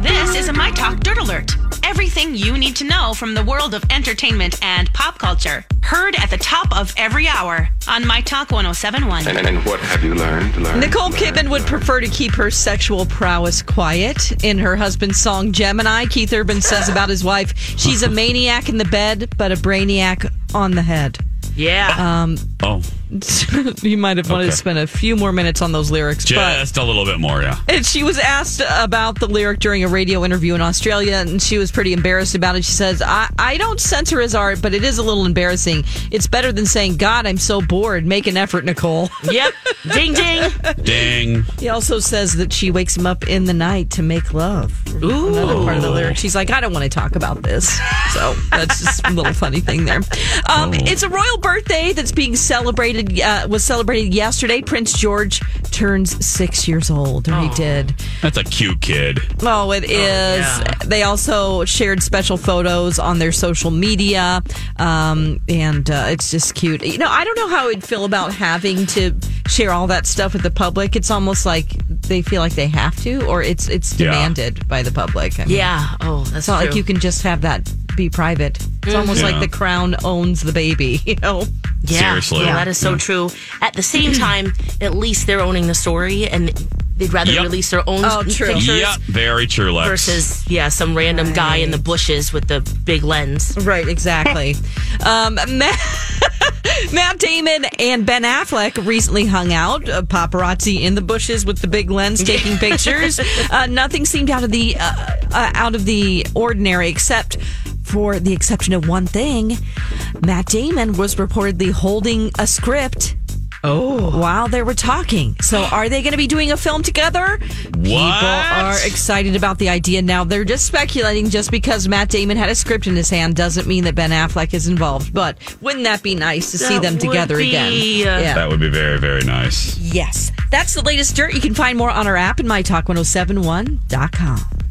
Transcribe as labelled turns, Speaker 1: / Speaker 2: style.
Speaker 1: This is a My Talk Dirt Alert. Everything you need to know from the world of entertainment and pop culture. Heard at the top of every hour on My Talk 1071.
Speaker 2: And, and, and what have you learned? learned
Speaker 3: Nicole
Speaker 2: learned,
Speaker 3: Kidman would
Speaker 2: learned?
Speaker 3: prefer to keep her sexual prowess quiet. In her husband's song Gemini, Keith Urban says about his wife, she's a maniac in the bed, but a brainiac on the head.
Speaker 1: Yeah.
Speaker 4: Oh,
Speaker 3: you might have wanted to
Speaker 4: Okay.
Speaker 3: spend a few more minutes on those lyrics, but
Speaker 4: just a little bit more, yeah.
Speaker 3: And she was asked about the lyric during a radio interview in Australia, and she was pretty embarrassed about it. She says, I, I don't censor his art, but it is a little embarrassing. It's better than saying, God, I'm so bored. Make an effort, Nicole.
Speaker 1: yep. Ding ding.
Speaker 4: Dang.
Speaker 3: he also says that she wakes him up in the night to make love. Ooh. Another part of the lyric. She's like, I don't want to talk about this. So that's just a little funny thing there. Um, It's a royal birthday that's being celebrated, uh, was celebrated yesterday. Prince George turns six years old, or he did.
Speaker 4: That's a cute kid.
Speaker 3: Oh, it is. They also shared special photos on their social media, um, and uh, it's just cute. You know, I don't know how I'd feel about having to share all that stuff with the public. It's almost like they feel like they have to, or it's it's
Speaker 4: Yeah.
Speaker 3: demanded by the public. I mean,
Speaker 1: Yeah. Oh, that's
Speaker 3: it's not like you can just have that be private. It's almost
Speaker 4: Yeah.
Speaker 3: like the crown owns the baby. You know.
Speaker 5: Yeah,
Speaker 4: Seriously.
Speaker 5: yeah, that is so
Speaker 4: Yeah.
Speaker 5: true. At the same time, at least they're owning the story, and they'd rather
Speaker 4: Yep.
Speaker 5: release their own
Speaker 3: Oh, true.
Speaker 5: pictures
Speaker 4: Yep, very true, Lex.
Speaker 5: versus yeah, some random guy in the bushes with the big lens.
Speaker 3: Right, exactly. um, Matt, Matt Damon and Ben Affleck recently hung out, uh, paparazzi in the bushes with the big lens taking pictures. Uh, nothing seemed out of the uh, uh, out of the ordinary, except for the exception of one thing. Matt Damon was reportedly holding a script. Oh. While they were talking. So, are they going to be doing a film together? People
Speaker 4: What?
Speaker 3: are excited about the idea now. They're just speculating just because Matt Damon had a script in his hand doesn't mean that Ben Affleck is involved. But wouldn't that be nice to see
Speaker 5: That
Speaker 3: them
Speaker 5: would
Speaker 3: together
Speaker 5: be,
Speaker 3: again?
Speaker 5: uh,
Speaker 3: yeah.
Speaker 4: That would be very, very nice.
Speaker 3: oh Yes. That's the latest dirt. You can find more on our app and mytalk1071.com.